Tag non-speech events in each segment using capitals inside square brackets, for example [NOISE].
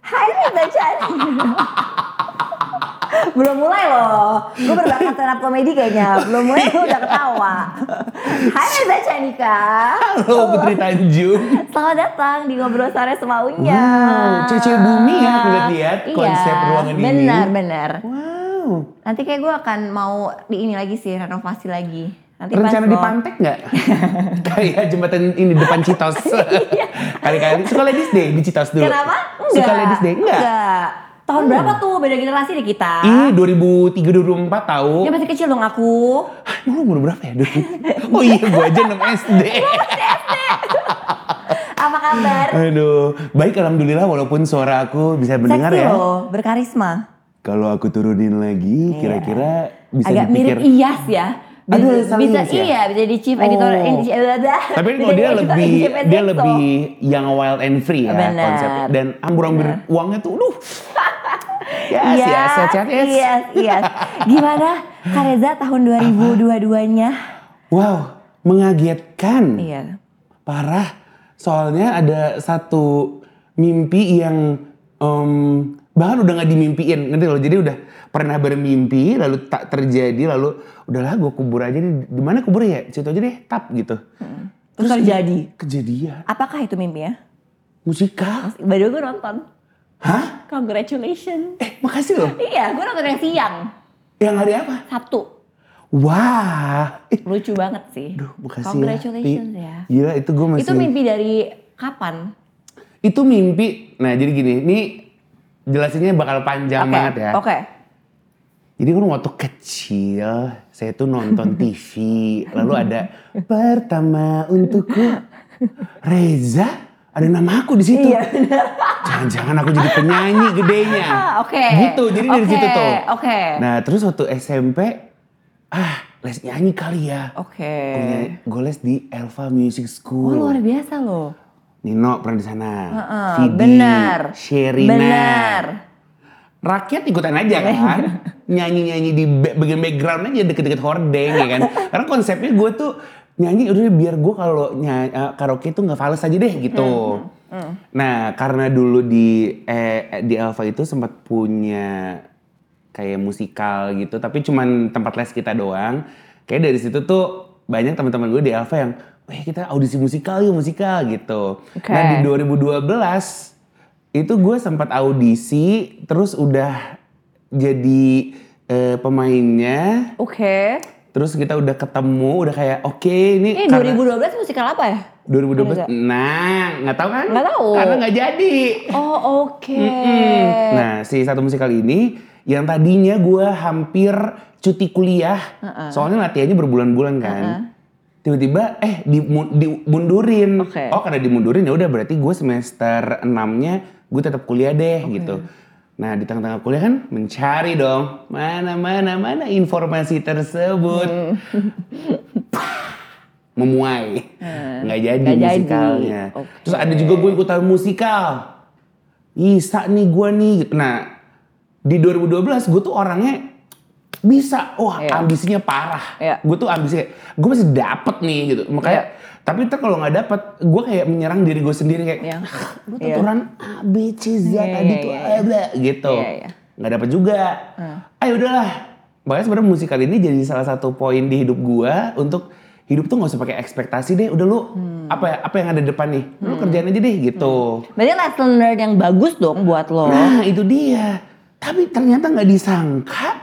Hai Rebecca Belum mulai loh Gue berbakat stand up komedi kayaknya Belum mulai gue udah ketawa Hai Rebecca Nika Halo Putri Tanjung. Selamat datang di Ngobrol Sore Semaunya Iya, Wow, cewek-cewek bumi ya, aku lihat-lihat konsep ruangan ini. benar, Benar, Wow. Nanti kayak gue akan mau di ini lagi sih, renovasi lagi Nanti pas Rencana di lo- Pantek [LAUGHS] nggak? Kayak jembatan ini depan Citos. Kali-kali suka Ladies Day di Citos dulu. Iya. Kenapa? Enggak Suka Ladies Day enggak? Tahun berapa tuh beda generasi deh kita Ih, 2003 2004 tahu. Dia masih kecil dong aku Hah, emang lu umur berapa ya? 2000? Oh iya, gua aja 6 SD. Apa kabar? Aduh, baik alhamdulillah walaupun suara aku bisa mendengar Seksi ya. loh, berkarisma Kalau aku turunin Iya. lagi, kira-kira bisa Agak dipikir. mirip Iyas ya Ada bisa, sama bisa Iyas ya? iya bisa di chief editor Oh. in chief Tapi bisa di kalau dia editor in lebih chief at dia Exo. lebih yang wild and free ya Benar. konsepnya dan ambur-ambur uangnya tuh [LAUGHS] Ya, duh. Yes, Iya, yes, yes, yes, yes. yes, [LAUGHS] yes. Gimana Kareza tahun 2022-nya? Ah. Wow, mengagetkan. Iya. Parah. Soalnya ada satu mimpi yang em, bahkan udah nggak dimimpiin nanti loh. Jadi udah pernah bermimpi lalu tak terjadi lalu udahlah gue kubur aja deh. Di mana kubur ya? Situ aja deh, tap gitu. Hmm. Terus terjadi. Kejadian Apakah itu mimpinya? musikal. Baru gue nonton. Hah? Congratulations. Eh, makasih loh. Iya, gue nonton yang siang. Yang hari apa? Sabtu. Wah, eh, Lucu banget sih. aduh, makasih Congratulations ya. ya. Pi. Gila itu gue masih. Itu mimpi dari kapan? Itu mimpi. Nah jadi gini, ini jelasinnya bakal panjang Oke, banget ya. Oke. Jadi kan waktu kecil saya tuh [LAUGHS] nonton TV, lalu ada pertama untukku Reza, ada nama aku di situ. Iya, benar. Jangan-jangan aku jadi [LAUGHS] penyanyi gedenya. Ah, oke. Gitu, jadi dari Oke, situ tuh. oke. Nah terus waktu SMP, ah les nyanyi kali ya. Oke. Gue les di Elva Music Oh, School. luar biasa loh. Nino pernah di sana. Heeh, Vidi, benar. Sherina. Benar. Rakyat ikutan aja kan. Nyanyi-nyanyi di ba- bagian background aja deket-deket hordeng ya kan. Karena konsepnya gue tuh nyanyi udah deh, biar gue kalau nya- eh, karaoke tuh nggak fals aja deh gitu. Nah karena dulu di eh, di Alpha itu sempat punya kayak musikal gitu tapi cuman tempat les kita doang kayak dari situ tuh banyak teman-teman gue di Alfa yang weh kita audisi musikal yuk musikal gitu Oke. nah di 2012 itu gue sempat audisi terus udah jadi eh, pemainnya Oke. terus kita udah ketemu udah kayak oke Ini ini karena- 2012 musikal apa ya? 2012 nah nggak tahu kan Nggak tahu. karena nggak jadi Oh, oke. Mm-mm. Nah, si satu musikal ini yang tadinya gue hampir cuti kuliah, soalnya latihannya berbulan-bulan kan. Tiba-tiba eh dimu- dimundurin. Oke. Oh, karena dimundurin ya udah berarti gue semester 6-nya gue tetap kuliah deh gitu. Nah, di tengah-tengah kuliah kan mencari dong mana mana mana informasi tersebut. Hmm. [LAUGHS] Memuai. Nggak jadi Nggak jadi. musikalnya. Oke. Terus ada juga gue ikutan musikal. Bisa nih gue nih. gitu. Nah di 2012 gue tuh orangnya bisa. Wah Iya. ambisinya parah. Iya. Gue tuh ambisinya. Gue masih dapet nih gitu. Makanya. Tapi ntar kalau nggak dapet. Gue kayak menyerang diri gue sendiri. Kayak "Ah, Iya. lu Iya. aturan A, B, C, Z Iya, tadi iya, tuh. iya, bla, bla, Gitu. Iya, iya. Nggak dapet juga. Ayo udahlah. Makanya sebenarnya musikal ini jadi salah satu poin di hidup gue. Untuk hidup tuh nggak usah pakai ekspektasi deh. Udah lu Hmm. apa ya, apa yang ada di depan nih. Lu kerjain aja deh gitu. Berarti lesson learned yang bagus dong buat lo. Nah itu dia. Tapi ternyata nggak disangka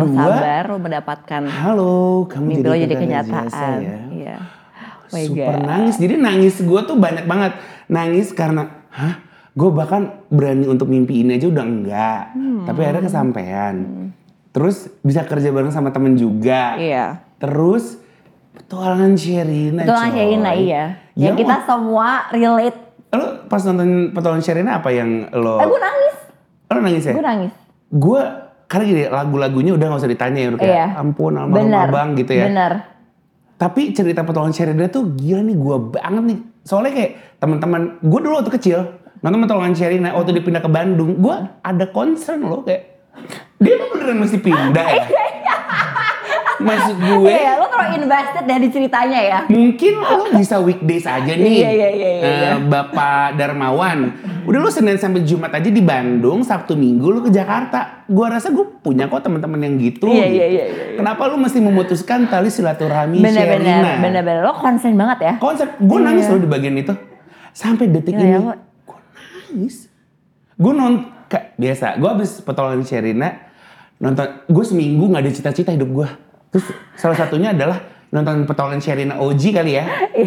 Lo Iya, oh, sabar, lo mendapatkan Halo, kamu mimpi jadi, lo jadi kekasih kenyataan. saya. Iya. Oh my ya. Super God. nangis. Jadi nangis gue tuh banyak banget. Nangis karena, hah? Gue bahkan berani untuk mimpi ini aja udah enggak. Hmm. Tapi akhirnya kesampaian. Terus bisa kerja bareng sama temen juga. Iya. Terus petualangan Sherina. Itu coy. Sherina iya. Yang Ya, kita semua relate. Lo pas nonton petualangan Sherina apa yang lo... Eh gue nangis. Lo nangis ya? Gue nangis. gue karena gini lagu-lagunya udah gak usah ditanya ya udah kayak Iya. ampun almarhum Bener. abang gitu ya Bener. Tapi cerita potongan Sherida tuh gila nih gue banget nih. Soalnya kayak teman-teman gue dulu waktu kecil nonton potongan Sherina waktu dipindah ke Bandung, gue ada concern loh kayak dia emang beneran mesti pindah [LAUGHS] ya. Maksud gue Iya, lo kalau invested dari ceritanya ya. mungkin lo bisa weekdays aja nih. Iya, iya, iya, iya, Eh, iya. Bapak Darmawan. Udah lo Senin sampai Jumat aja di Bandung, Sabtu Minggu lo ke Jakarta. Gua rasa gue punya kok teman-teman yang gitu. Iya, gitu. iya, iya, iya, iya. Kenapa lo mesti memutuskan tali silaturahmi Bener-bener, Sherina? bener-bener. Lo concern banget ya. Konsep, gue Iya. nangis lo di bagian itu. Sampai detik Gila ini, ya, gue Wak. nangis. Gue nonton, biasa, gue abis potongan Sherina, nonton, gue seminggu gak ada cita-cita hidup gue. Terus salah satunya adalah nonton potongan Sherina OG kali ya. Iya.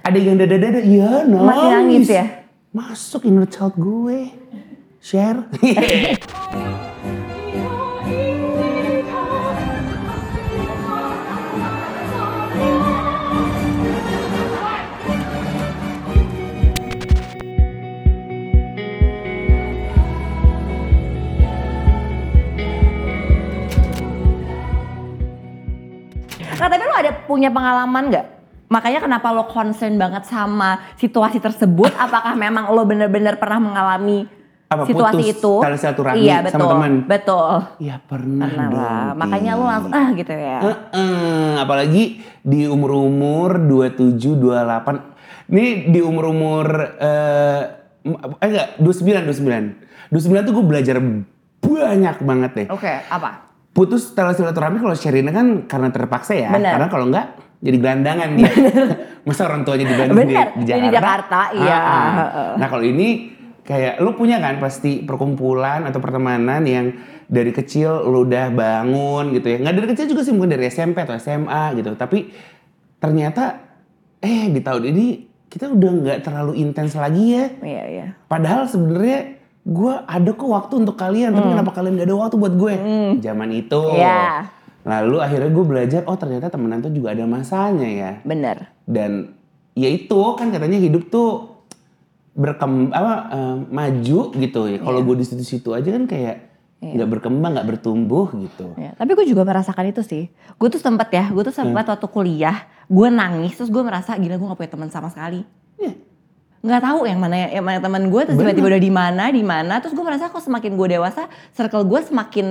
Ada yang dada-dada, iya nangis. Masih nangis ya? Masuk inner child gue. Share. [LAUGHS] Nah, tapi lo ada punya pengalaman nggak? Makanya kenapa lo concern banget sama situasi tersebut? Apakah memang lo bener-bener pernah mengalami Apa, situasi putus itu? tali silaturahmi iya, sama betul, teman? Betul. ya pernah, Pernah lah. dong. Makanya lo langsung ah gitu ya. Eh. Heeh, apalagi di umur-umur 27, 28. Ini di umur-umur eh eh, enggak, 29, 29. 29 tuh gue belajar banyak banget deh. Oke, apa? Putus setelah silaturahmi kalau Sherina kan karena terpaksa ya. Bener. Karena kalau enggak jadi gelandangan dia. [LAUGHS] Masa orang tuanya di Bandung Bener, di, dia Jakarta. di Jakarta, iya. Ah, ah. Heeh. Nah kalau ini kayak lu punya kan pasti perkumpulan atau pertemanan yang dari kecil lu udah bangun gitu ya. Nggak dari kecil juga sih mungkin dari SMP atau SMA gitu. Tapi ternyata eh di tahun ini kita udah nggak terlalu intens lagi ya. Iya, iya. Padahal sebenarnya gue ada kok waktu untuk kalian, tapi kenapa kalian gak ada waktu buat gue? Zaman itu. Hmm. Iya. Lalu akhirnya gue belajar, oh ternyata temenan tuh juga ada masanya ya. Bener. Dan ya itu kan katanya hidup tuh berkembang apa eh, maju gitu Iya. ya. Kalau gue di situ-situ aja kan kayak nggak berkembang, nggak bertumbuh gitu. Ya, tapi gue juga merasakan itu sih. Gue tuh sempet ya, gue tuh sempet Eh. waktu kuliah, gue nangis terus gue merasa gila gue gak punya teman sama sekali. Iya. Nggak tahu yang mana ya, yang mana teman gue terus Bener. tiba-tiba udah di mana, di mana. Terus gue merasa kok semakin gue dewasa, circle gue semakin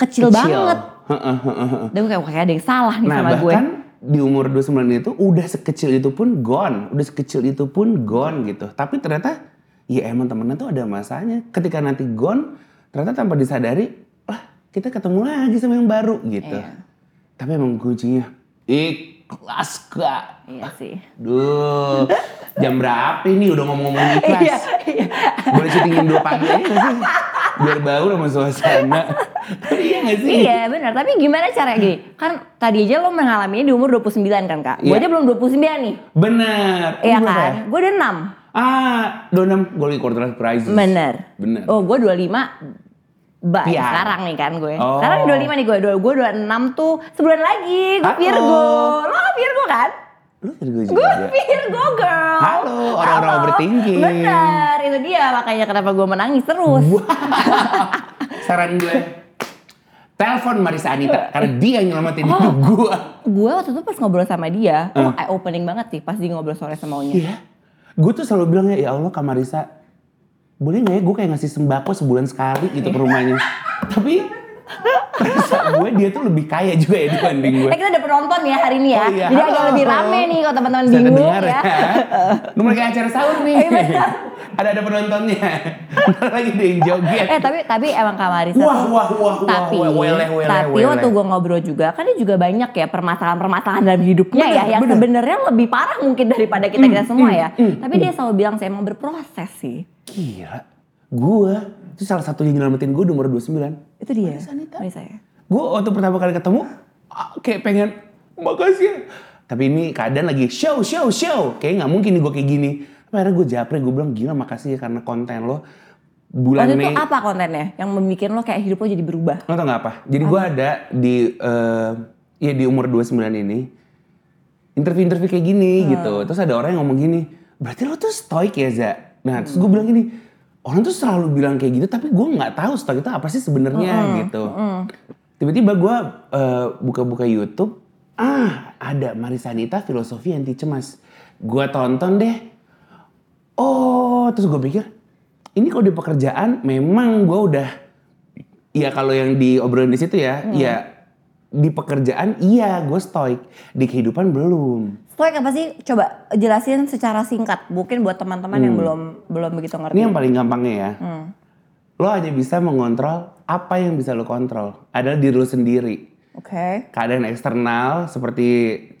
kecil, banget. Heeh, heeh, heeh. Dan gue kayak "Wah, kayaknya ada yang salah nih Nah sama gue. bahkan di umur 29 itu udah sekecil itu pun gone. Udah sekecil itu pun gone gitu. Tapi ternyata ya emang temennya tuh ada masanya. Ketika nanti gone ternyata tanpa disadari lah kita ketemu lagi sama yang baru gitu. Iya. Tapi emang kuncinya ikhlas kak. Iya sih. Duh jam berapa ini udah [LAUGHS] ngomong-ngomong Iya, ikhlas. iya. Boleh syutingin dua pagi aja nggak sih? Biar baur sama [LAUGHS] suasana. Tapi iya gak sih? Iya benar, tapi gimana caranya gini? Kan tadi aja lo mengalaminya di umur 29 kan kak? Gue Iya. aja belum 29 nih. Bener. Iya Lu berapa kan? ya? Gue udah 6. Ah, Donam gue lagi quarter life crisis. Bener. Bener. Oh, gue 25 Bah, Piar. sekarang nih kan gue. Oh. Ah, Sekarang 25 nih gue. Dua- Gue 26 tuh sebulan lagi. Gue Halo. Virgo. oh. Lo nggak Virgo kan? Lu dari gue Gue juga. Virgo girl. Iya. Halo, orang-orang Halo. overthinking. Bener, itu dia makanya kenapa gue menangis terus. Hmm. Saran gue, telepon Marisa Anita karena dia yang nyelamatin Oh. hidup gue. Gue waktu itu pas ngobrol sama dia, oh eye opening banget sih pas dia ngobrol sore sama Onya. Hmm. Iya. Gue tuh selalu bilang ya, ya Allah Kak Marisa, boleh nggak ya gue kayak ngasih sembako sebulan sekali gitu ke rumahnya. Tapi Marisa gue dia tuh lebih kaya juga ya dibanding gue. Eh kita udah penonton ya hari ini ya. Oh iya, Jadi halo. agak lebih rame nih kalau teman-teman Bisa bingung kedengar ya. Eh, ya. Lu mulai kayak acara sahur nih. ada ada penontonnya. Ntar lagi dia yang joget. Eh tapi tapi emang Kak Marisa Wah, tuh- wah, wah, wah, tapi wah, weleh, weleh, tapi weleh. waktu gue ngobrol juga kan dia juga banyak ya permasalahan-permasalahan dalam hidupnya Bener, ya yang bener. Hmm, sebenarnya lebih parah mungkin daripada kita kita semua ya. tapi dia selalu bilang saya emang berproses sih. Gila. Gue itu salah satu yang nyelamatin gue di umur 29. Itu dia. Marisa Anita. Marisa ya. Gue waktu pertama kali ketemu ah, kayak pengen makasih. ya." Tapi ini keadaan lagi show show show. Kayak nggak mungkin nih gue kayak gini. Tapi akhirnya gue japre gue bilang gila makasih ya karena konten lo bulan Waktu itu Mei. apa kontennya yang membuat lo kayak hidup lo jadi berubah? Lo tau gak apa? Jadi gue ada di eh, ya di umur 29 ini interview-interview kayak gini gitu. Terus ada orang yang ngomong gini, berarti lo tuh stoik ya Za? Nah terus gue bilang gini, orang tuh selalu bilang kayak gitu tapi gue nggak tahu stoik itu apa sih sebenarnya gitu. Tiba-tiba gue eh, buka-buka YouTube, ah ada Marisanita filosofi anti cemas. Gue tonton deh. Oh, terus gue pikir ini kalau di pekerjaan memang gue udah ya kalau yang diobrolin di situ ya, ya di pekerjaan iya gue stoik, di kehidupan belum. Stoik apa sih? Coba jelasin secara singkat. Mungkin buat teman-teman yang belum belum begitu ngerti. Ini yang paling gampangnya ya. Lo hanya bisa mengontrol apa yang bisa lo kontrol. Adalah diri lo sendiri. Oke. keadaan eksternal seperti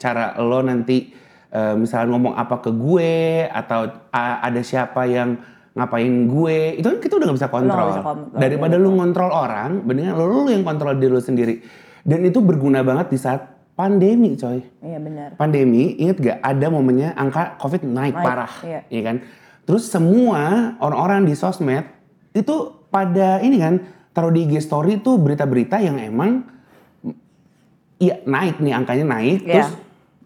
cara lo nanti eh, misalnya ngomong apa ke gue atau a- ada siapa yang ngapain gue itu kan kita udah gak bisa kontrol bisa kontrol. daripada lu ngontrol orang mendingan lo lo yang kontrol diri lo sendiri dan itu berguna banget di saat pandemi coy Iya benar. pandemi inget gak ada momennya angka covid naik, Naik, parah iya. ya kan terus semua orang-orang di sosmed itu pada ini kan taruh di IG story tuh berita-berita yang emang iya naik nih angkanya naik Iya. terus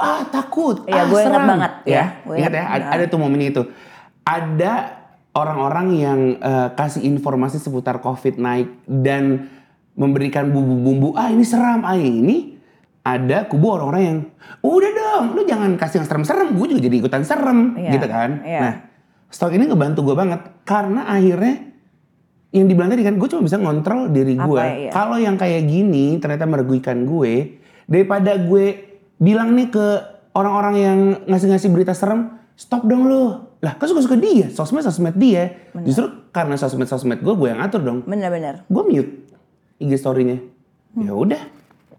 ah takut Iya, ah gue ingat serem. banget, ya, iya, gue ingat ya ingat ada, banget. ada tuh momen itu ada orang-orang yang eh, kasih informasi seputar covid naik dan memberikan bumbu-bumbu ah ini seram ah ini ada kubu orang-orang yang udah dong lu jangan kasih yang serem-serem gue juga jadi ikutan serem Iya, gitu kan iya. nah stok ini ngebantu gue banget karena akhirnya yang dibilang tadi kan gue cuma bisa ngontrol diri Apa gue. ya? Kalau yang kayak gini ternyata merugikan gue daripada gue bilang nih ke orang-orang yang ngasih-ngasih berita serem, stop dong lu. Lah, kan suka-suka dia, sosmed-sosmed dia. Justru karena sosmed-sosmed gue gue yang atur dong. Benar-benar. Gue mute IG story-nya. Ya udah.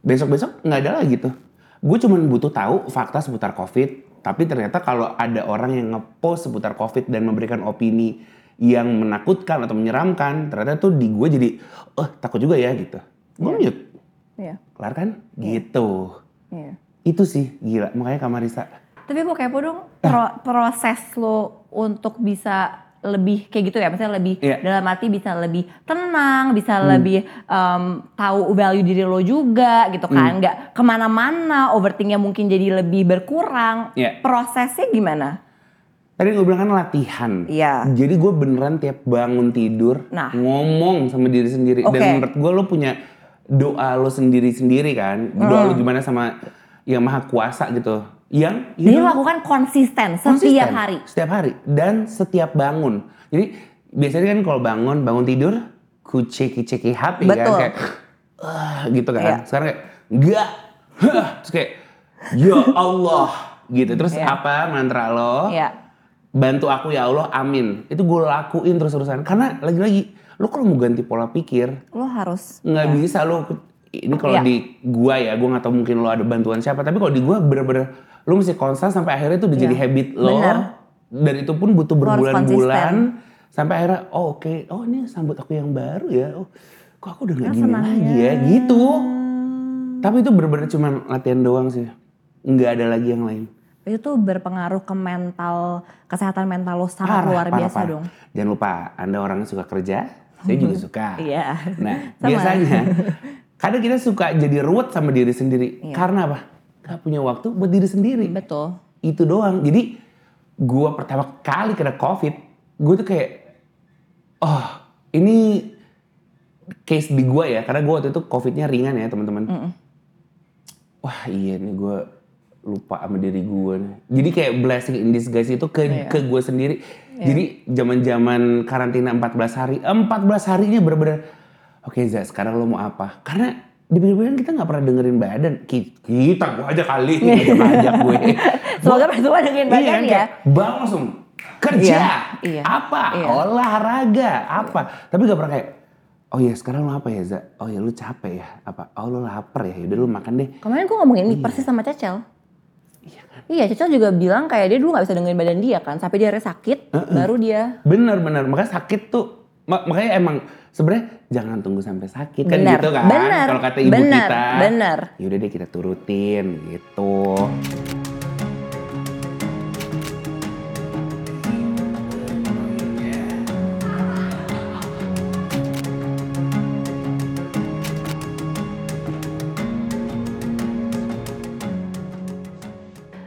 Besok-besok nggak ada lagi tuh. Gue cuman butuh tahu fakta seputar Covid, tapi ternyata kalau ada orang yang ngepost seputar Covid dan memberikan opini yang menakutkan atau menyeramkan, ternyata tuh di gue jadi eh takut juga ya gitu. Gue mute. Iya. Kelar kan? Gitu. Iya. Itu sih gila, makanya Kamarisa. Tapi gue kepo dong pro- proses lo untuk bisa lebih kayak gitu ya, misalnya lebih Iya. dalam arti bisa lebih tenang, bisa lebih em, tahu value diri lo juga gitu kan, nggak kemana-mana, overthinknya mungkin jadi lebih berkurang. Iya. Prosesnya gimana? Tadi gue bilang kan latihan. Iya. Jadi gue beneran tiap bangun tidur Nah. ngomong sama diri sendiri. Oke. Dan menurut gue lo punya doa lo sendiri-sendiri kan. Hmm. Doa lo gimana sama yang maha kuasa gitu. Yang Jadi you know, lakukan konsisten, konsisten. setiap hari. Setiap hari. Dan setiap bangun. Jadi biasanya kan kalau bangun, bangun tidur. Kuceki-ceki HP kan. Betul. Kayak "Ah," gitu kan. Iya. Sekarang kayak enggak. [LAUGHS] Hah. Terus kayak ya Allah. gitu. Terus Iya. apa mantra lo? Iya. bantu aku ya Allah amin itu gue lakuin terus terusan karena lagi lagi lu kalau mau ganti pola pikir Lo harus nggak bisa lu ini Iya. kalau di gua ya gua nggak tahu mungkin lu ada bantuan siapa tapi kalau di gua bener-bener lu mesti konstan sampai akhirnya itu udah jadi Iya. habit lo Bener. dan itu pun butuh harus berbulan-bulan sampai akhirnya oh oke oh ini sambut aku yang baru ya oh kok aku udah Kan nggak gini lagi ya gitu tapi itu bener-bener cuman latihan doang sih nggak ada lagi yang lain itu tuh berpengaruh ke mental kesehatan mental lo sangat Parah, luar parah, biasa parah. dong. Jangan lupa, Anda orang yang suka kerja, saya [LAUGHS] juga suka. Iya. Nah, [LAUGHS] Sama. biasanya kadang kita suka jadi ruwet sama diri sendiri. Iya. Karena apa? Gak punya waktu buat diri sendiri. [LAUGHS] Betul. Itu doang. Jadi gua pertama kali kena Covid, gue tuh kayak oh, ini case di gua ya, karena gua waktu itu Covid-nya ringan ya, teman-teman. Wah, iya nih gua lupa sama diri gua nih. Jadi kayak blessing in disguise itu ke Iya. ke gue sendiri. Jadi zaman-zaman karantina 14 hari, 14 harinya bener-bener oke Za, sekarang lo mau apa? Karena di kan kita nggak pernah dengerin badan. Ki- Kita gua aja kali, kita aja gue. Semoga bertemu dengan Iya badan kan, ya. kayak bangun langsung kerja Iya, iya, apa iya. olahraga apa tapi gak pernah kayak oh ya sekarang lu apa ya za oh ya lu capek ya apa oh lu lapar ya udah lu makan deh Kemarin gue ngomongin ini persis sama Cecel. kan? Iya, Cecel juga bilang kayak dia dulu nggak bisa dengerin badan dia kan, sampai dia akhirnya sakit, baru dia. bener bener makanya sakit tuh Ma- makanya emang sebenarnya jangan tunggu sampai sakit kan Bener, gitu kan bener, kalau kata ibu bener, kita bener. yaudah deh kita turutin gitu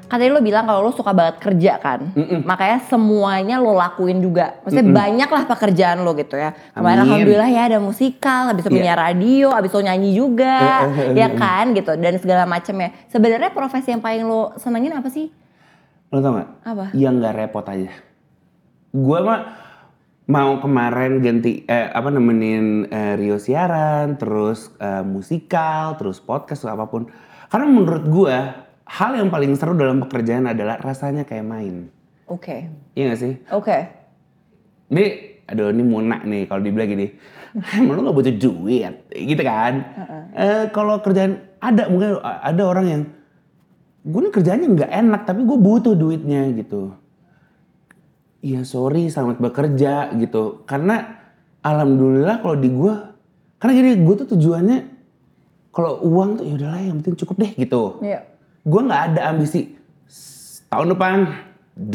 kan tadi lo bilang kalau lo suka banget kerja kan, makanya semuanya lo lakuin juga. Maksudnya banyak lah pekerjaan lo gitu ya. Kemarin Amin. alhamdulillah ya ada musikal, habis itu Iya. punya radio, habis itu nyanyi juga, Eh, eh, eh, ya eh, eh. kan gitu dan segala macam ya. Sebenarnya profesi yang paling lo senengin apa sih? Lo tau gak? Apa? Yang gak repot aja. Gue mah mau kemarin ganti eh, apa nemenin eh, Rio siaran, terus eh, musikal, terus podcast atau apapun. Karena menurut gue hal yang paling seru dalam pekerjaan adalah rasanya kayak main. Oke, Iya gak sih? oke. Ini aduh ini muna nih kalau dibilang gini. [LAUGHS] Emang lu gak butuh duit gitu kan? Eh, kalau kerjaan ada mungkin ada orang yang gue nih kerjaannya nggak enak tapi gue butuh duitnya gitu. Iya sorry selamat bekerja gitu. Karena alhamdulillah kalau di gue karena gini gue tuh tujuannya kalau uang tuh ya udahlah yang penting cukup deh gitu Iya. gue nggak ada ambisi "S- tahun depan 2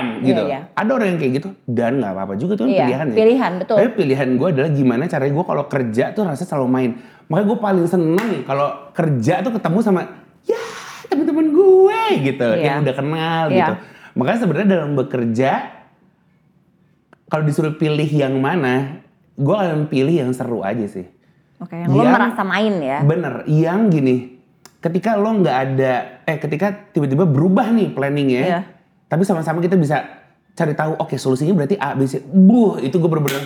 m gitu. Iya, Ada orang yang kayak gitu dan nggak apa-apa juga itu kan Iya, pilihan ya. pilihan, betul. Tapi pilihan gue adalah gimana caranya gue kalau kerja tuh rasa selalu main. Makanya gue paling seneng kalau kerja tuh ketemu sama ya teman-teman gue gitu Iya. yang udah kenal Iya. gitu. Makanya sebenarnya dalam bekerja kalau disuruh pilih yang mana, gue akan pilih yang seru aja sih. Oke, yang lo Yang- merasa main ya. Bener, yang gini, ketika lo nggak ada, eh ketika tiba-tiba berubah nih planningnya, Iya. tapi sama-sama kita bisa cari tahu, oke solusinya berarti A, B, C, buh itu gue bener-bener,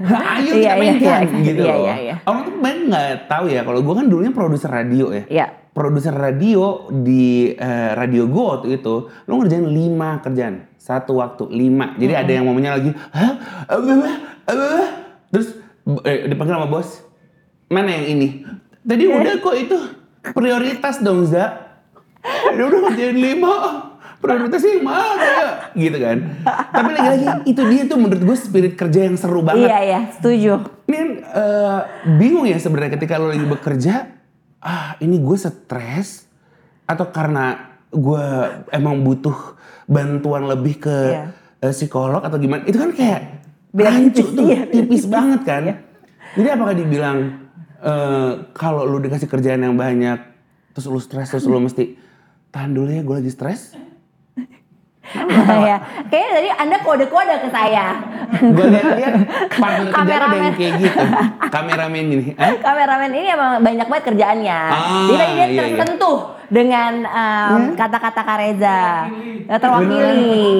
ayo Iya, kita iya, mainkan iya, gitu iya, loh. iya, iya. Orang tuh banyak nggak tahu ya, kalau gue kan dulunya produser radio ya. Iya. Produser radio di eh, radio gue waktu itu, lo ngerjain lima kerjaan, satu waktu lima. Jadi ada yang momennya lagi, hah, apa, apa, apa, apa?" terus eh, dipanggil sama bos, mana yang ini? Tadi udah kok itu prioritas dong Za. Ya udah ngerjain lima, prioritasnya yang mana ya? Gitu kan. Tapi lagi-lagi itu dia tuh menurut gue spirit kerja yang seru banget. Iya, iya, setuju. Ini kan, eh, bingung ya sebenarnya ketika lo lagi bekerja, ah ini gue stres atau karena gue emang butuh bantuan lebih ke Iya. eh, psikolog atau gimana? Itu kan kayak Beda rancu tipis, tuh, iya, beda tipis banget kan. Jadi apakah dibilang eh, kalau lu dikasih kerjaan yang banyak, terus lu stres, terus lu mesti tahan dulu ya gue lagi [LAUGHS] stres. ya. Kayaknya tadi Anda kode-kode ke saya. Gue lihat-lihat partner kerjaan ada Kameramen. yang kayak gitu, kameramen ini. Hah? [LAUGHS] Kameramen ini emang banyak banget kerjaannya. Ah, Jadi tadi dia iya, iya. tersentuh dengan um, kata-kata Kak Reza. Ya, Terwakili.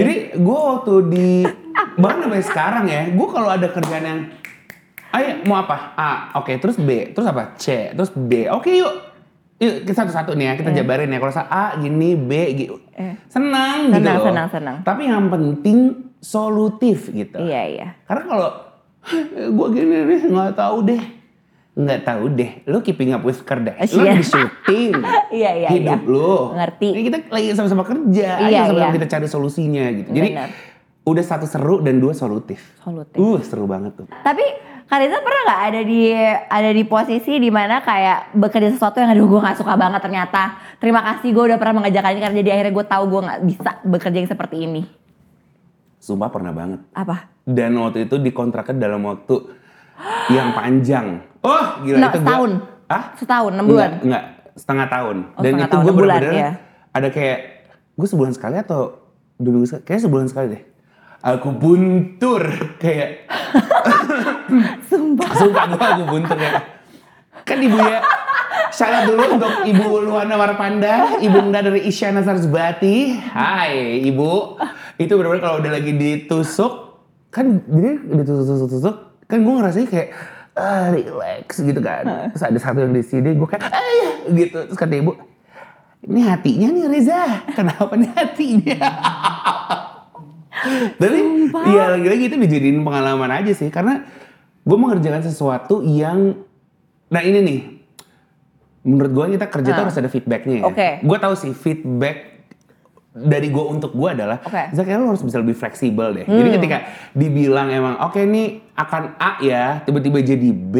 Jadi gue waktu [LAUGHS] di bahkan sampai sekarang ya, gue kalau ada kerjaan yang Ayo mau apa? A, oke terus B, terus apa? C, terus B, oke yuk, yuk kita satu-satu nih ya kita jabarin ya kalau saya A gini B gitu, Eh. senang, gitu Senang, loh. senang, senang. Tapi yang penting solutif gitu. Iya, iya. Karena kalau gue gini nih nggak tahu deh, nggak tahu deh. Lu keeping up with Kardashian, lu Iya. di syuting, [LAUGHS] Iya, iya, iya. hidup lu. Ngerti. Ini kita lagi sama-sama kerja, ayo Iya, iya. sama-sama kita cari solusinya gitu. Jadi Benar. udah satu seru dan dua solutif. Solutif. Uh seru banget tuh. Tapi Kak Reza pernah nggak ada di ada di posisi di mana kayak bekerja sesuatu yang aduh gue nggak suka banget ternyata. Terima kasih gue udah pernah mengajarkan ini karena jadi akhirnya gue tahu gue nggak bisa bekerja yang seperti ini. Sumpah pernah banget. Apa? Dan waktu itu dikontrakkan dalam waktu yang panjang. Oh gila No, itu gua- setahun. Hah? Setahun, enam bulan. Enggak, enggak, setengah tahun. Oh, Dan setengah itu tahun, gue enam bulan, bener-bener iya. ada kayak gue sebulan sekali atau dua minggu sekali, kayaknya sebulan sekali deh. Aku buntur kayak [LAUGHS] Sumpah. sumpah gue aku buntur kayak kan ibu ya Syarat dulu untuk Ibu Luana Warpanda, Ibu Nda dari Isyana Sarasbati. Hai Ibu, itu benar-benar kalau udah lagi ditusuk, kan jadi ditusuk-tusuk, kan gue ngerasanya kayak ah, relax gitu kan. Terus ada satu yang di sini, gue kayak ayah gitu. Terus kata ibu, ini hatinya nih Reza, kenapa nih hatinya? Tapi ya lagi-lagi itu dijadiin pengalaman aja sih, karena gue mengerjakan sesuatu yang, nah ini nih, menurut gue kita kerja tuh harus ada feedbacknya ya. Ah. Oke. Gue tahu sih feedback dari gue untuk gue adalah, Oke. Hmm. Zak kayaknya lo harus bisa lebih fleksibel deh. Jadi ketika dibilang emang, oke nih akan A ya, tiba-tiba jadi B,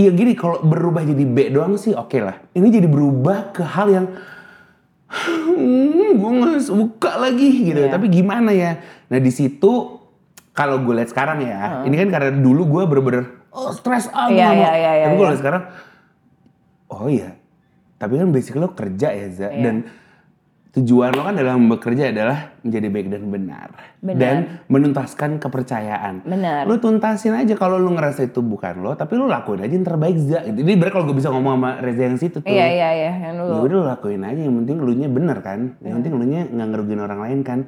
Iya gini kalau berubah jadi B doang sih oke lah. Ini jadi berubah ke hal yang gue Hmm, nggak suka lagi gitu. Iya. Tapi gimana ya? Nah di situ kalau gue lihat sekarang ya, ini kan karena dulu gue bener-bener oh stres ah Iya, gua nggak mau." iya, iya, iya, Tapi gue iya. lihat sekarang, oh iya Tapi kan basically lo kerja ya Za. Iya. Dan tujuan lo kan dalam bekerja adalah menjadi baik dan benar. Benar. Dan menuntaskan kepercayaan. Benar. Lo tuntasin aja kalau lo ngerasa itu bukan lo. Tapi lo lakuin aja yang terbaik Za. Jadi berarti kalau gue bisa ngomong sama Reza yang situ tuh. Iya iya iya yang Ya dulu. udah lo lakuin aja. Yang penting lo nya bener kan. Yang penting Iya. lo nya nggak ngerugiin orang lain kan.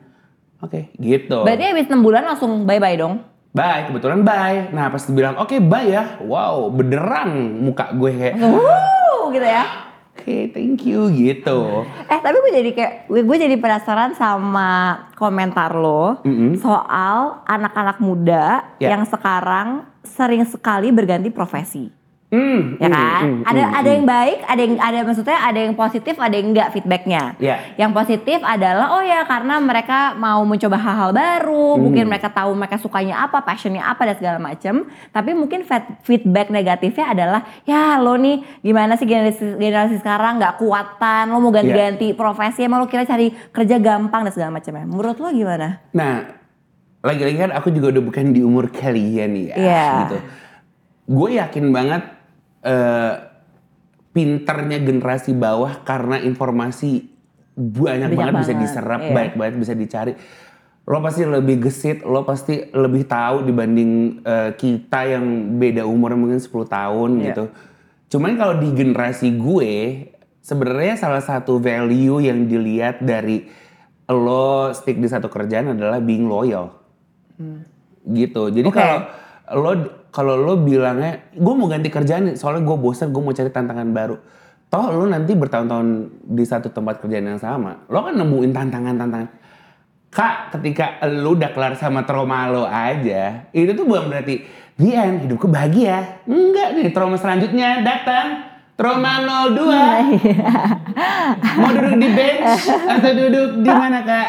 Oke gitu. Berarti habis 6 bulan langsung bye-bye dong. Bye, kebetulan bye. Nah pas dibilang oke bye ya, wow berderang muka gue kayak Wuh gitu ya. oke thank you gitu. Eh tapi gue jadi kayak gue gue jadi penasaran sama komentar lo Mm-mm. soal anak-anak muda Ya. yang sekarang sering sekali berganti profesi. Hmm, Ya hmm, kan? hmm, ada hmm, ada yang baik, ada yang ada maksudnya ada yang positif, ada yang enggak feedbacknya. Ya. Yang positif adalah oh ya karena mereka mau mencoba hal-hal baru, mungkin mereka tahu mereka sukanya apa, passionnya apa dan segala macem. Tapi mungkin fed- feedback negatifnya adalah ya lo nih gimana sih generasi generasi sekarang nggak kuatan, lo mau ganti-ganti profesi, emang lo kira cari kerja gampang dan segala macamnya. Menurut lo gimana? Nah lagi-lagi kan aku juga udah bukan di umur kalian ya Iya. gitu. Gue yakin banget eh, pinternya generasi bawah karena informasi banyak, Banyak banget, bisa banget, diserap, iya. banyak banget bisa dicari. Lo pasti lebih gesit, lo pasti lebih tahu dibanding eh, kita yang beda umur mungkin 10 tahun Iya. gitu. Cuman kalau di generasi gue, sebenarnya salah satu value yang dilihat dari lo stick di satu kerjaan adalah being loyal. Gitu. Jadi Oke. kalau lo kalau lo bilangnya gue mau ganti kerjaan nih, soalnya gue bosan gue mau cari tantangan baru toh lo nanti bertahun-tahun di satu tempat kerjaan yang sama lo kan nemuin tantangan-tantangan kak ketika lo udah kelar sama trauma lo aja itu tuh bukan berarti the end hidupku bahagia enggak nih trauma selanjutnya datang trauma Iya. 02 mau duduk di bench atau duduk di mana kak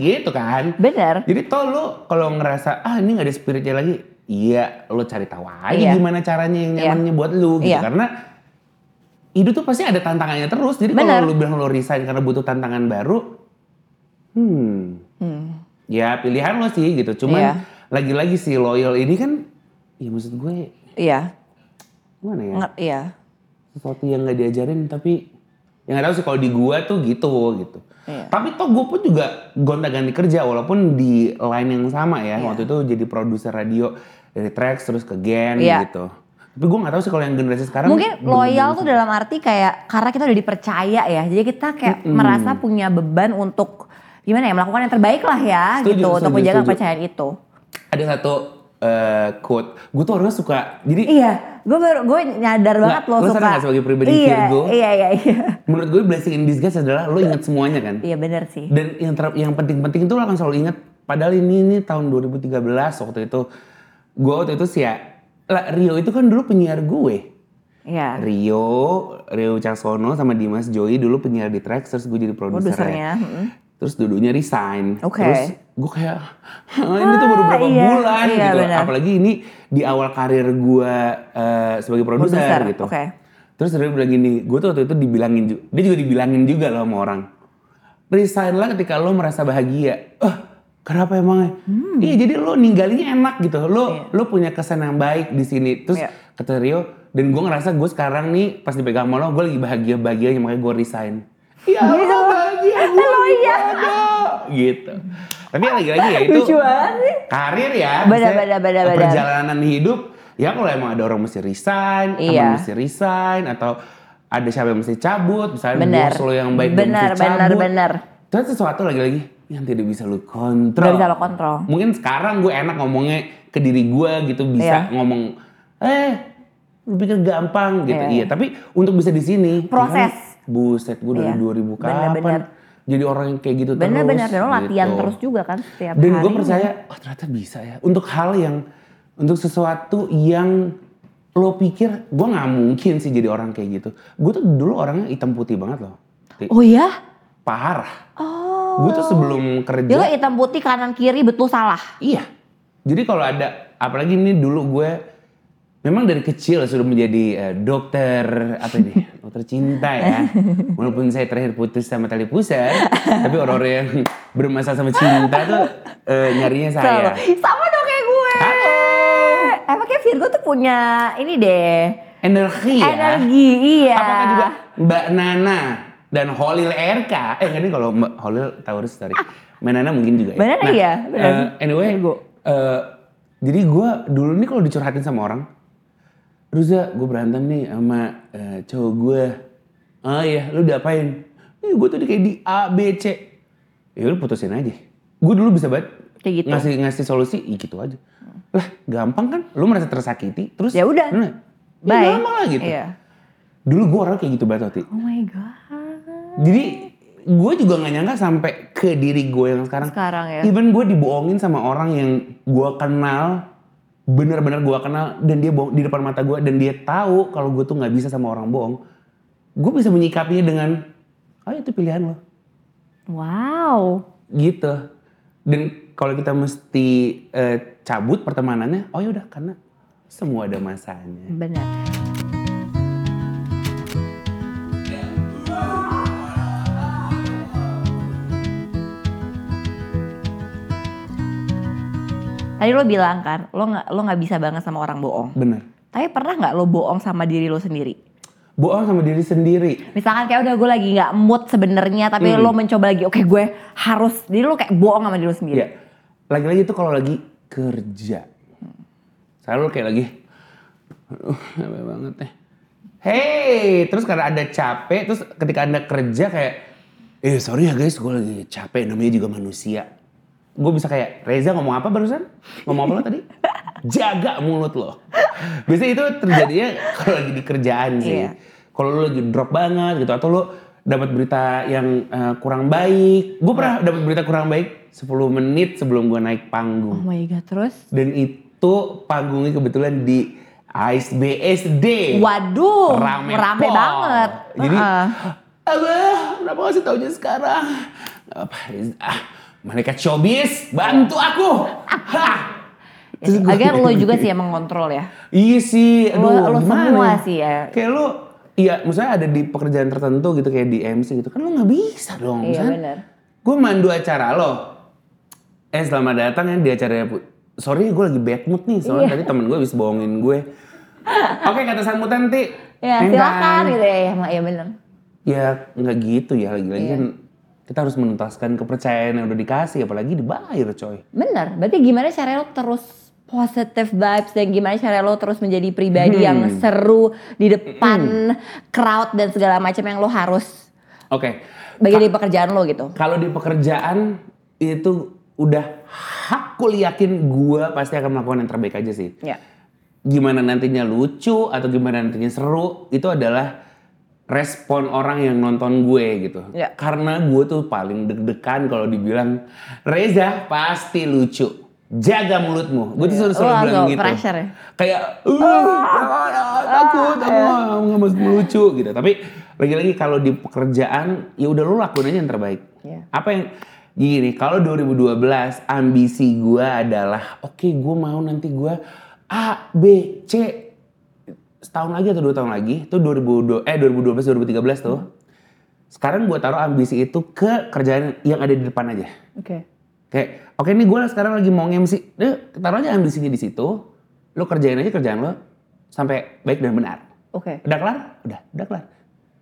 gitu kan Bener. jadi toh lo kalau ngerasa ah ini nggak ada spiritnya lagi, iya lo cari tahu aja Iya. gimana caranya yang Iya. nyamannya buat lo gitu. Iya. Karena hidup tuh pasti ada tantangannya terus. Jadi Bener. kalau lo bilang lo resign karena butuh tantangan baru, hmm, Hmm. ya pilihan lo sih gitu. Cuman Iya. lagi-lagi si loyal ini kan, ya maksud gue Iya. gimana ya? Nge- iya. sesuatu yang nggak diajarin tapi yang nggak tahu sih kalau di gua tuh gitu gitu Iya. tapi toh gua pun juga gonta-ganti kerja walaupun di line yang sama ya Iya. waktu itu jadi produser radio dari tracks terus ke gen Iya. gitu tapi gua nggak tahu sih kalau yang generasi sekarang Mungkin belum loyal tuh begitu. dalam arti kayak karena kita udah dipercaya ya. Jadi kita kayak merasa punya beban untuk gimana ya melakukan yang terbaik lah ya Setuju, gitu untuk setuju, menjaga setuju. kepercayaan itu. ada satu eh, quote gua tuh orangnya suka jadi Iya, gue baru gue nyadar banget Nggak, loh lo suka. sadar nggak sebagai pribadi iya, Virgo? Iya, iya, iya. [LAUGHS] menurut gue blessing in disguise adalah lo ingat semuanya kan Iya benar sih. Dan yang ter- yang penting-penting itu lo akan selalu ingat. Padahal ini ini tahun 2013 waktu itu. Gue waktu itu sih ya. lah, Rio itu kan dulu penyiar gue. Iya. Rio, Rio Caksono sama Dimas Joy dulu penyiar di Trax terus gue jadi ya. produsernya. Produsernya. heeh. Terus dulunya resign. Oke. Terus gue kayak "Hah, ini tuh baru Ah, berapa iya, bulan iya, gitu. benar. Apalagi ini di awal karir gue eh, sebagai produser Produser, gitu. oke. Terus dia bilang gini, gue tuh waktu itu dibilangin juga, dia juga dibilangin juga loh sama orang. Resignlah ketika lo merasa bahagia. Eh, kenapa emangnya? Hmm. Iya, jadi lo ninggalinnya enak gitu. Lo lo punya kesan yang baik di sini. Terus Iya. kata Rio, dan gue ngerasa gue sekarang nih pas dipegang sama lo, gue lagi bahagia bahagianya makanya gue resign. Iya. Ya Allah bahagia gue gimana? Gitu. Tapi lagi-lagi ya itu Lucu banget sih. karir ya. Benar, maksudnya benar, benar, benar. Perjalanan hidup ya kalau emang ada orang mesti resign, teman Iya. mesti resign atau ada siapa yang mesti cabut, misalnya Benar. bos lo yang baik dia Benar, mesti cabut. benar, benar. Itu kan sesuatu lagi-lagi yang tidak bisa lo kontrol. Gak bisa lo kontrol. Mungkin sekarang gue enak ngomongnya ke diri gue gitu Iya. bisa ngomong eh lu pikir gampang gitu. Iya, Iya, tapi untuk bisa di sini Proses. kan, Buset, gue dari Iya. 2000 kapan Benar-benar. jadi orang yang kayak gitu terus. Benar-benar dan lo latihan gitu. terus juga kan setiap Dan hari. gue percaya, oh ternyata bisa ya. Untuk hal yang, untuk sesuatu yang lo pikir, gue nggak mungkin sih jadi orang kayak gitu. Gue tuh dulu orangnya hitam putih banget loh. Ti. Oh iya? Parah. Oh. Gue tuh sebelum Jadi lo kerja, hitam putih kanan kiri betul salah. iya. Jadi kalau ada, apalagi ini dulu gue, memang dari kecil sudah menjadi eh, dokter, apa ini, dokter cinta ya. Walaupun saya terakhir putus sama tali pusar, tapi orang-orang yang bermasalah sama cinta tuh eh, nyarinya Sama, saya. sama dong kayak gue. Halo. Emang kayak Virgo tuh punya ini deh. energi ya. energi iya Apakah juga Mbak Nana dan Holil RK? Eh kan ini kalau Mbak Holil Taurus sorry. Mbak Nana mungkin juga ya. Benar iya, benar. eh, anyway, Ego. eh, jadi gue dulu nih kalau dicurhatin sama orang, Ruza gue berantem nih sama eh, cowok gue. Ah iya, lu diapain? Eh, gue tadi kayak di A, B, C. Ya lu putusin aja. Gue dulu bisa banget Kayak gitu. ngasih ngasih solusi "Ih, gitu aja. Lah gampang kan? Lu merasa tersakiti, terus Ya udah. lu nah, ya Bye. gampang lah gitu. Iya. Dulu gue orang kayak gitu banget Toti. Oh my god. Jadi gue juga nggak nyangka sampai ke diri gue yang sekarang. Sekarang ya. Even gue dibohongin sama orang yang gue kenal, bener-bener gue kenal dan dia bohong di depan mata gue dan dia tahu kalau gue tuh nggak bisa sama orang bohong. Gue bisa menyikapinya dengan, oh itu pilihan lo, Wow. gitu. Dan kalau kita mesti eh, cabut pertemanannya, oh yaudah karena semua ada masanya. Benar. Tadi lo bilang kan, lo nggak lo nggak bisa banget sama orang bohong. Bener. Tapi pernah nggak lo bohong sama diri lo sendiri? Bohong sama diri sendiri. Misalkan kayak udah gue lagi nggak mood sebenarnya, tapi lo Hmm. mencoba lagi, oke gue harus, jadi lo kayak bohong sama diri lo sendiri. Iya. Lagi-lagi itu kalau lagi kerja. Selalu kayak lagi. Aduh, capek banget deh. Hey, terus karena ada capek, terus ketika anda kerja kayak, eh sorry ya guys, gue lagi capek, namanya juga manusia. Gue bisa kayak, Reza ngomong apa barusan? Ngomong apa lo [LAUGHS] tadi? Jaga mulut lo. Biasanya itu terjadinya kalau lagi di kerjaan sih. Iya. Kalau lo lagi drop banget gitu, atau lo dapat berita yang eh, kurang baik. Gue pernah dapat berita kurang baik 10 menit sebelum gue naik panggung Oh my god, terus? dan itu panggungnya kebetulan di Ice BSD. Waduh, Rame rame pol. banget. Jadi, Heeh. abah, kenapa ngasih taunya sekarang? Apa, ah, malaikat showbiz, bantu [LAUGHS] aku. Hah. Terus gue- Agar lo juga sih yang mengontrol ya. Iya sih, Lo- lo aduh, gimana semua sih ya. Kayak lo, iya maksudnya ada di pekerjaan tertentu gitu kayak di MC gitu. Kan lo gak bisa dong. Iya, San. bener. Gue mandu acara lo. Eh selamat datang ya di acaranya. Put- Sorry gue lagi bad mood nih. Soalnya Iya. tadi temen gue habis bohongin gue. Oke kata sambutan Ti. Ya Neng silakan Tan. gitu ya, ya, Mak, ya bener. Ya nggak gitu ya lagi-lagi Iya. kan kita harus menuntaskan kepercayaan yang udah dikasih. Apalagi dibayar coy. Bener, berarti gimana caranya lo terus positive vibes dan gimana caranya lo terus menjadi pribadi yang Hmm. seru di depan crowd dan segala macam yang lo harus Oke. bagi di pekerjaan lo gitu. Kalau di pekerjaan itu udah hakul yakin gue pasti akan melakukan yang terbaik aja sih. Ya. Gimana nantinya lucu atau gimana nantinya seru itu adalah respon orang yang nonton gue gitu. Ya. Karena gue tuh paling deg-degan kalau dibilang Reza pasti lucu. Jaga mulutmu. Gue tuh selalu, selalu Wah, bilang so gitu. Oh, pressure ya. ah, Kayak "Uh, takut aku nggak- nggak mau sebelum lucu gitu. Tapi lagi-lagi kalau di pekerjaan ya udah lu lakuin aja yang terbaik. Iya. Apa yang gini, kalau 2012 ambisi gua adalah oke gua mau nanti gua A B C setahun lagi atau dua tahun lagi itu 2002 eh 2012 Hmm. 2013 tuh sekarang gue taruh ambisi itu ke kerjaan yang ada di depan aja Oke. kayak oke nih gue sekarang lagi mau MC Deh, taruh aja ambisinya di situ lo kerjain aja kerjaan lo sampai baik dan benar Oke. udah kelar udah udah kelar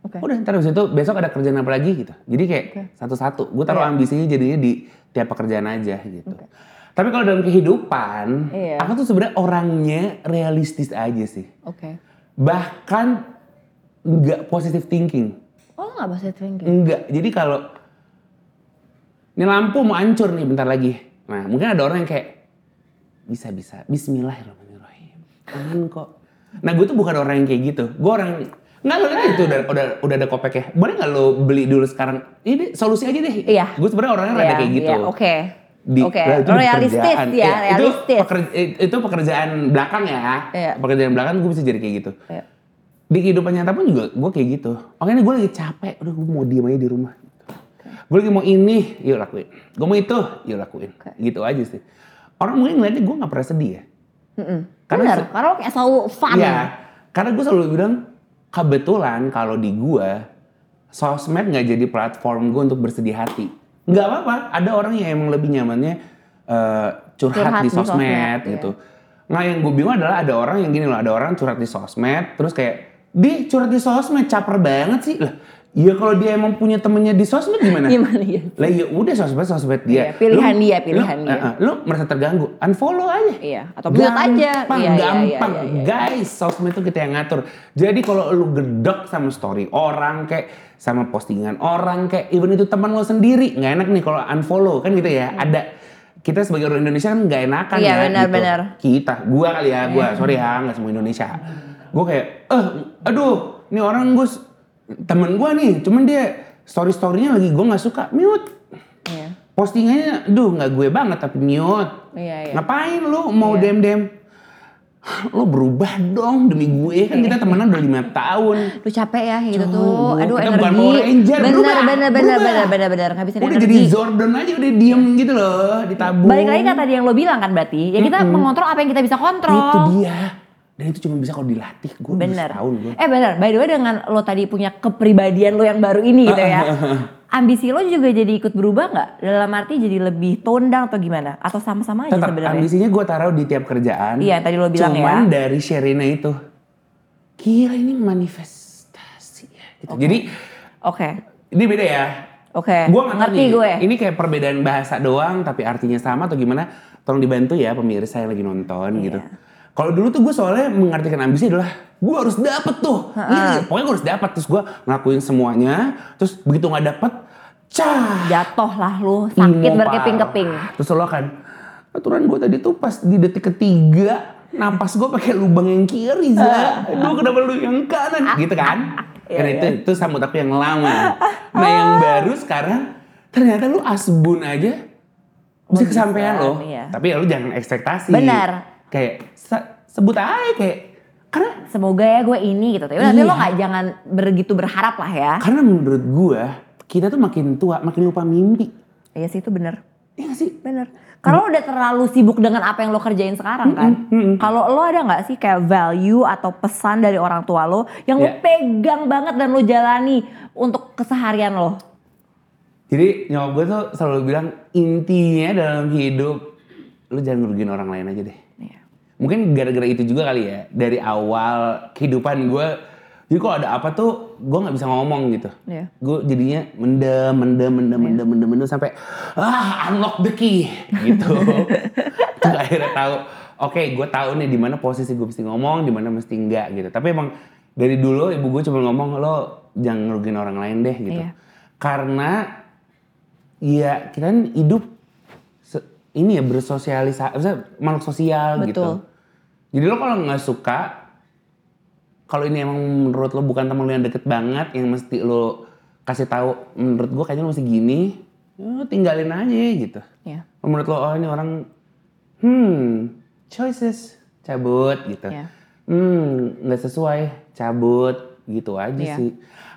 Oke. udah ntar abis itu besok ada kerjaan apa lagi gitu jadi kayak Oke. satu-satu gue taruh Iya. ambisinya jadinya di tiap pekerjaan aja gitu tapi kalau dalam kehidupan Iya. aku tuh sebenarnya orangnya realistis aja sih Oke. bahkan nggak positive thinking Oh nggak positive thinking. enggak jadi kalau ini lampu mau hancur nih bentar lagi nah mungkin ada orang yang kayak bisa bisa Bismillahirrahmanirrahim aman kok nah gue tuh bukan orang yang kayak gitu gue orang Enggak lo lihat itu udah, udah udah ada kopek ya. Boleh nggak lo beli dulu sekarang? Ini solusi aja deh. Iya. Gue sebenarnya orangnya rada Iya, kayak gitu iya, Oke. di Oke. nah, itu di Realistis pekerjaan. ya, Iya, Itu, realistis. pekerja- itu pekerjaan belakang ya. Iya. Pekerjaan belakang gue bisa jadi kayak gitu. Iya. Di kehidupan nyata pun juga gue kayak gitu. Makanya gue lagi capek, udah gue mau diem aja di rumah. Gue lagi mau ini, yuk lakuin. Gue mau itu, yuk lakuin. Oke. Gitu aja sih. Orang mungkin ngeliatnya gue gak pernah sedih ya. Mm-mm. Karena Bener, se- karena lo kayak selalu fun. Iya, karena gue selalu bilang kebetulan kalau di gue sosmed nggak jadi platform gue untuk bersedih hati. Nggak apa-apa, ada orang yang emang lebih nyamannya eh, curhat, Curhat di di sosmed, sosmed iya. gitu. Nah yang gue bingung adalah ada orang yang gini loh, ada orang curhat di sosmed, terus kayak, dia curhat di sosmed, caper banget sih. Lah, iya kalau dia emang punya temennya di sosmed gimana? [LAUGHS] Gimana ya? Lah ya udah sosmed sosmed dia. Iya, pilihan Lu- dia, pilihan lu, dia. eh, eh, lu merasa terganggu, unfollow aja. Iya, atau mute aja. Gampang, Iya, iya, iya, gampang. iya, iya. Guys, sosmed itu kita yang ngatur. Jadi kalau lu gedek sama story orang kayak sama postingan orang kayak even itu teman lo sendiri nggak enak nih kalau unfollow kan gitu ya ada kita sebagai orang Indonesia kan nggak enakan Hmm. Iya, ya benar, gitu. benar. Iya. kita gua kali ya gua sorry ya nggak semua Indonesia gua kayak eh aduh ini orang gue temen gua nih cuman dia story storynya lagi gua nggak suka mute Iya. postingannya duh nggak gue banget tapi mute Iya, iya. ngapain lu mau dem dem lu berubah dong demi gue Iya. kan kita temenan udah lima Lu tahun capek ya kayak gitu tuh. Tuh, Aduh, kita bukan energi. Power Ranger, bener, bener, berubah, bener, berubah. bener, bener, bener, ngabisin udah energi. jadi Zordon aja udah diem gitu loh ditabung Balik lagi kata dia yang lo bilang kan berarti, ya kita mengontrol apa yang kita bisa kontrol. itu dia dan itu cuma bisa kalau dilatih gue Bener. tahun gue Eh bener, by the way dengan lo tadi punya kepribadian lo yang baru ini gitu [LAUGHS] ya. ambisi lo juga jadi ikut berubah nggak? Dalam arti jadi lebih tondang atau gimana? Atau sama-sama aja Iya, tetap sebenarnya? ambisinya gue taruh di tiap kerjaan Iya, tadi lo bilang cuman ya. dari Sherina itu gila ini manifestasi ya gitu. jadi Oke, ini beda ya oke. Gua nggak ngerti tahu gue. nih, Ini kayak perbedaan bahasa doang tapi artinya sama atau gimana? Tolong dibantu ya pemirsa yang lagi nonton Iya. gitu. Kalau dulu tuh gue soalnya mengartikan ambisi adalah gue harus dapet tuh. Iya, pokoknya gue harus dapet terus gue ngelakuin semuanya. Terus begitu nggak dapet, cah Jatuh lah lo, sakit Imo berkeping-keping. parah. Terus lo kan, aturan gue tadi tuh pas di detik ketiga napas gue pakai lubang yang [LAUGHS] kiri Za. Aduh kenapa lu yang kanan gitu kan? Iya, Karena itu itu sambut aku yang lama. Nah yang [LAUGHS] baru sekarang ternyata lu asbun aja bisa Bisa, kesampaian lo. iya. Tapi ya lu jangan ekspektasi. Benar. Kayak se- sebut aja kayak karena Semoga ya gue ini gitu. Tapi nanti Iya. lo nggak jangan begitu berharap lah ya. karena menurut gue kita tuh makin tua makin lupa mimpi. Iya sih itu bener. Iya gak sih? Bener. Kalau lo udah terlalu sibuk dengan apa yang lo kerjain sekarang kan. Kalau lo ada nggak sih kayak value atau pesan dari orang tua lo yang lo Iya. pegang banget dan lo jalani untuk keseharian lo? Jadi nyokap gue tuh selalu bilang intinya dalam hidup lu jangan ngerugiin orang lain aja deh. Iya. Mungkin gara-gara itu juga kali ya dari awal kehidupan gue. Jadi kalau ada apa tuh gue nggak bisa ngomong gitu. Iya. Gue jadinya mendem, mendem, mendem, mendem, mendem, mendem sampai ah unlock the key [LAUGHS] gitu. Terus akhirnya tahu. Oke, gue tahu nih di mana posisi gue mesti ngomong, di mana mesti enggak gitu. Tapi emang dari dulu ibu gue cuma ngomong lo jangan ngerugiin orang lain deh gitu. Iya. Karena Iya, kita kan hidup se- ini ya bersosialisasi, makhluk sosial gitu. Betul. Jadi lo kalau nggak suka, kalau ini emang menurut lo bukan temen lo yang deket banget, yang mesti lo kasih tahu, menurut gua kayaknya lo mesti gini, ya lo tinggalin aja gitu. Iya. Menurut lo, oh ini orang, hmm, choices, cabut gitu. Iya. Hmm, nggak sesuai, cabut gitu aja Iya. sih.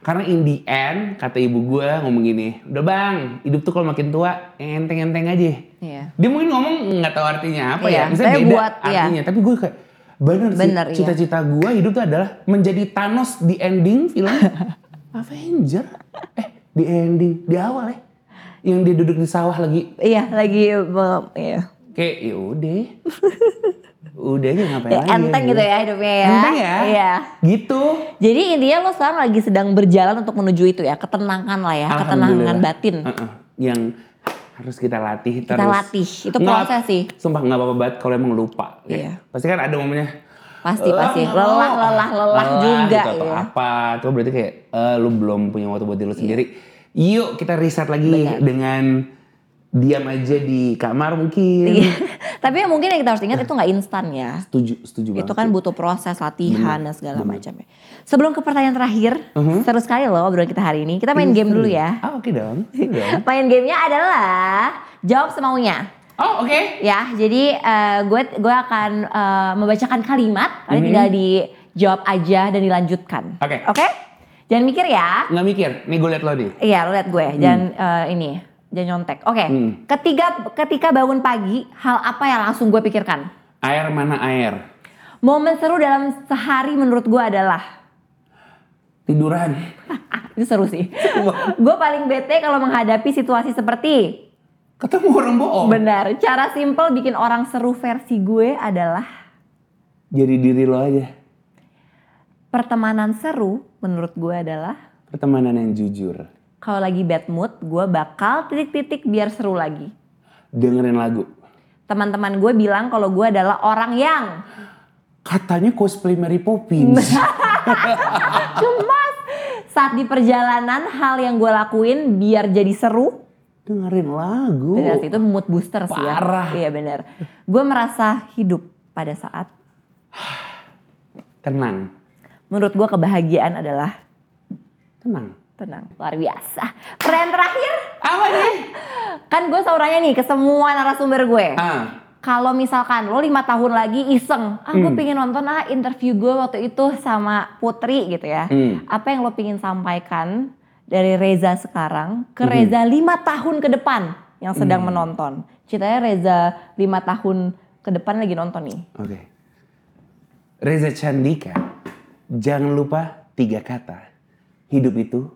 Karena in the end, kata ibu gue ngomong gini, udah bang, hidup tuh kalau makin tua enteng-enteng aja. Iya. Dia mungkin ngomong nggak tahu artinya apa Iya, ya, misalnya tapi beda buat- iya. artinya. Tapi gue kayak bener, Bener, iya. sih, cita-cita gue hidup tuh adalah menjadi Thanos di ending [LAUGHS] film Avenger. Eh, di ending, di awal ya. Yang dia duduk di sawah lagi Iya lagi eh, iya. kayak ya [LAUGHS] udah. udah aja ngapain Ya, lagi. enteng gitu ya hidupnya ya. Enteng ya. Iya. Gitu. Jadi intinya lo sekarang lagi sedang berjalan untuk menuju itu ya, ketenangan lah ya, ketenangan Alhamdulillah. batin. Heeh, Yang harus kita latih Kita terus. latih, itu Nggak- proses sih. Sumpah nggak apa-apa banget kalau emang lupa. ya. Iya. Pasti kan ada momennya. Pasti, "Ah, pasti. nggak Lelah, mau." lelah, lelah juga, gitu, atau iya. apa. Itu berarti kayak eh, lu belum punya waktu buat diri lu sendiri. Yuk kita riset lagi dengan diam aja di kamar mungkin. Iya. [LAUGHS] Tapi yang mungkin yang kita harus ingat itu nggak instan ya. Setuju, setuju banget. Itu kan butuh proses latihan dan segala macam ya. Sebelum ke pertanyaan terakhir, Uh-huh. seru sekali loh obrolan kita hari ini. Kita main game dulu ya. Ah, oke dong. Oke dong. Main gamenya adalah jawab semaunya. Oh, oke. Ya, jadi eh, gue gue akan eh, membacakan kalimat, lalu tinggal dijawab aja dan dilanjutkan. Mm-hmm. Oke. Oke? Jangan mikir ya. Nggak mikir. Nih gue liat lo nih. Iya, lo liat gue. Jangan eh, ini, jangan nyontek. Oke. Hmm. Ketiga ketika bangun pagi, hal apa yang langsung gue pikirkan? Air mana air? Momen seru dalam sehari menurut gue adalah Tiduran. itu Ah, seru sih. gue paling bete kalau menghadapi situasi seperti Ketemu orang bohong. benar. Cara simple bikin orang seru versi gue adalah jadi diri lo aja. Pertemanan seru menurut gue adalah Pertemanan yang jujur. kalau lagi bad mood gue bakal titik-titik biar seru lagi. Dengerin lagu. Teman-teman gue bilang kalau gue adalah orang yang Katanya cosplay Mary Poppins. cemas saat di perjalanan hal yang gue lakuin biar jadi seru. Dengerin lagu. Benar sih, itu mood booster sih ya. Uh, Parah. Iya benar. Gue merasa hidup pada saat Tenang. menurut gue kebahagiaan adalah Tenang. tenang luar biasa. Peran terakhir Apa nih? [LAUGHS] kan gue seorangnya nih ke semua narasumber gue. Ah, Kalau misalkan lo lima tahun lagi iseng, ah Hmm. gue pengen nonton ah interview gue waktu itu sama Putri gitu ya. Hmm. Apa yang lo pengen sampaikan dari Reza sekarang Hmm. ke Reza lima tahun ke depan yang sedang menonton? Ceritanya Reza lima tahun ke depan lagi nonton nih. oke. Reza Candika, jangan lupa tiga kata. Hidup itu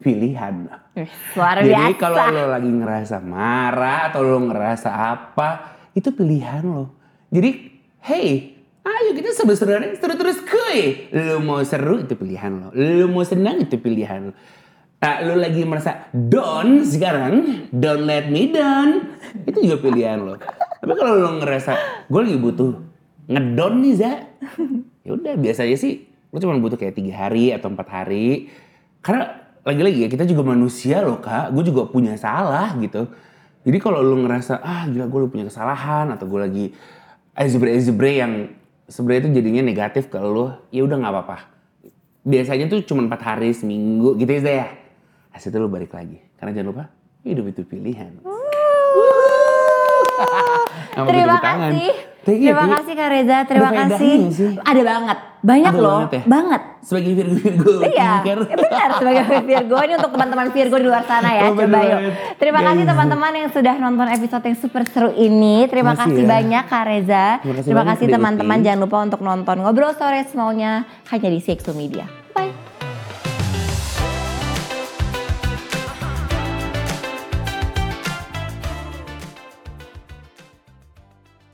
pilihan. Wih, Luar biasa. Eh. Jadi kalau lo lagi ngerasa marah atau lo ngerasa apa, itu pilihan lo. Jadi, hey, ayo kita sebenarnya terus-terus kuy. Lo mau seru itu pilihan lo. Lo mau senang itu pilihan lo. Nah, lo lagi merasa down sekarang, don't let me down, itu juga pilihan lo. Tapi kalau lo ngerasa, gue lagi butuh ngedown nih, [LAUGHS] Za. Ya udah biasanya sih, lo cuma butuh kayak tiga hari atau empat hari. Karena lagi-lagi ya kita juga manusia loh kak, gue juga punya salah gitu. Jadi kalau lu ngerasa ah gila gue punya kesalahan atau gue lagi ezebre-ezebre yang sebenarnya itu jadinya negatif ke lu, ya udah nggak apa-apa. Biasanya tuh cuma empat hari seminggu gitu ya Zah, ya. Habis itu lu balik lagi. Karena jangan lupa hidup itu pilihan. [LAUGHS] Sama gue Terima tepuk tangan. kasih. Thank you, Terima thank you. kasih Kak Reza, terima faedahnya kasih. sih. Ada banget. Banyak Ada loh, banget ya? banget. Sebagai Virgo-Virgo. Iya, pinker. [LAUGHS] benar [LAUGHS] sebagai Virgo ini untuk teman-teman Virgo di luar sana ya. Oh, Coba benar. yuk. Terima Guys. kasih teman-teman yang sudah nonton episode yang super seru ini. Terima Makasih kasih ya. banyak Kak Reza. Terima kasih Terima banyak kasih udah teman-teman ikutin. jangan lupa untuk nonton ngobrol sore semaunya hanya di Sexto Media. Bye.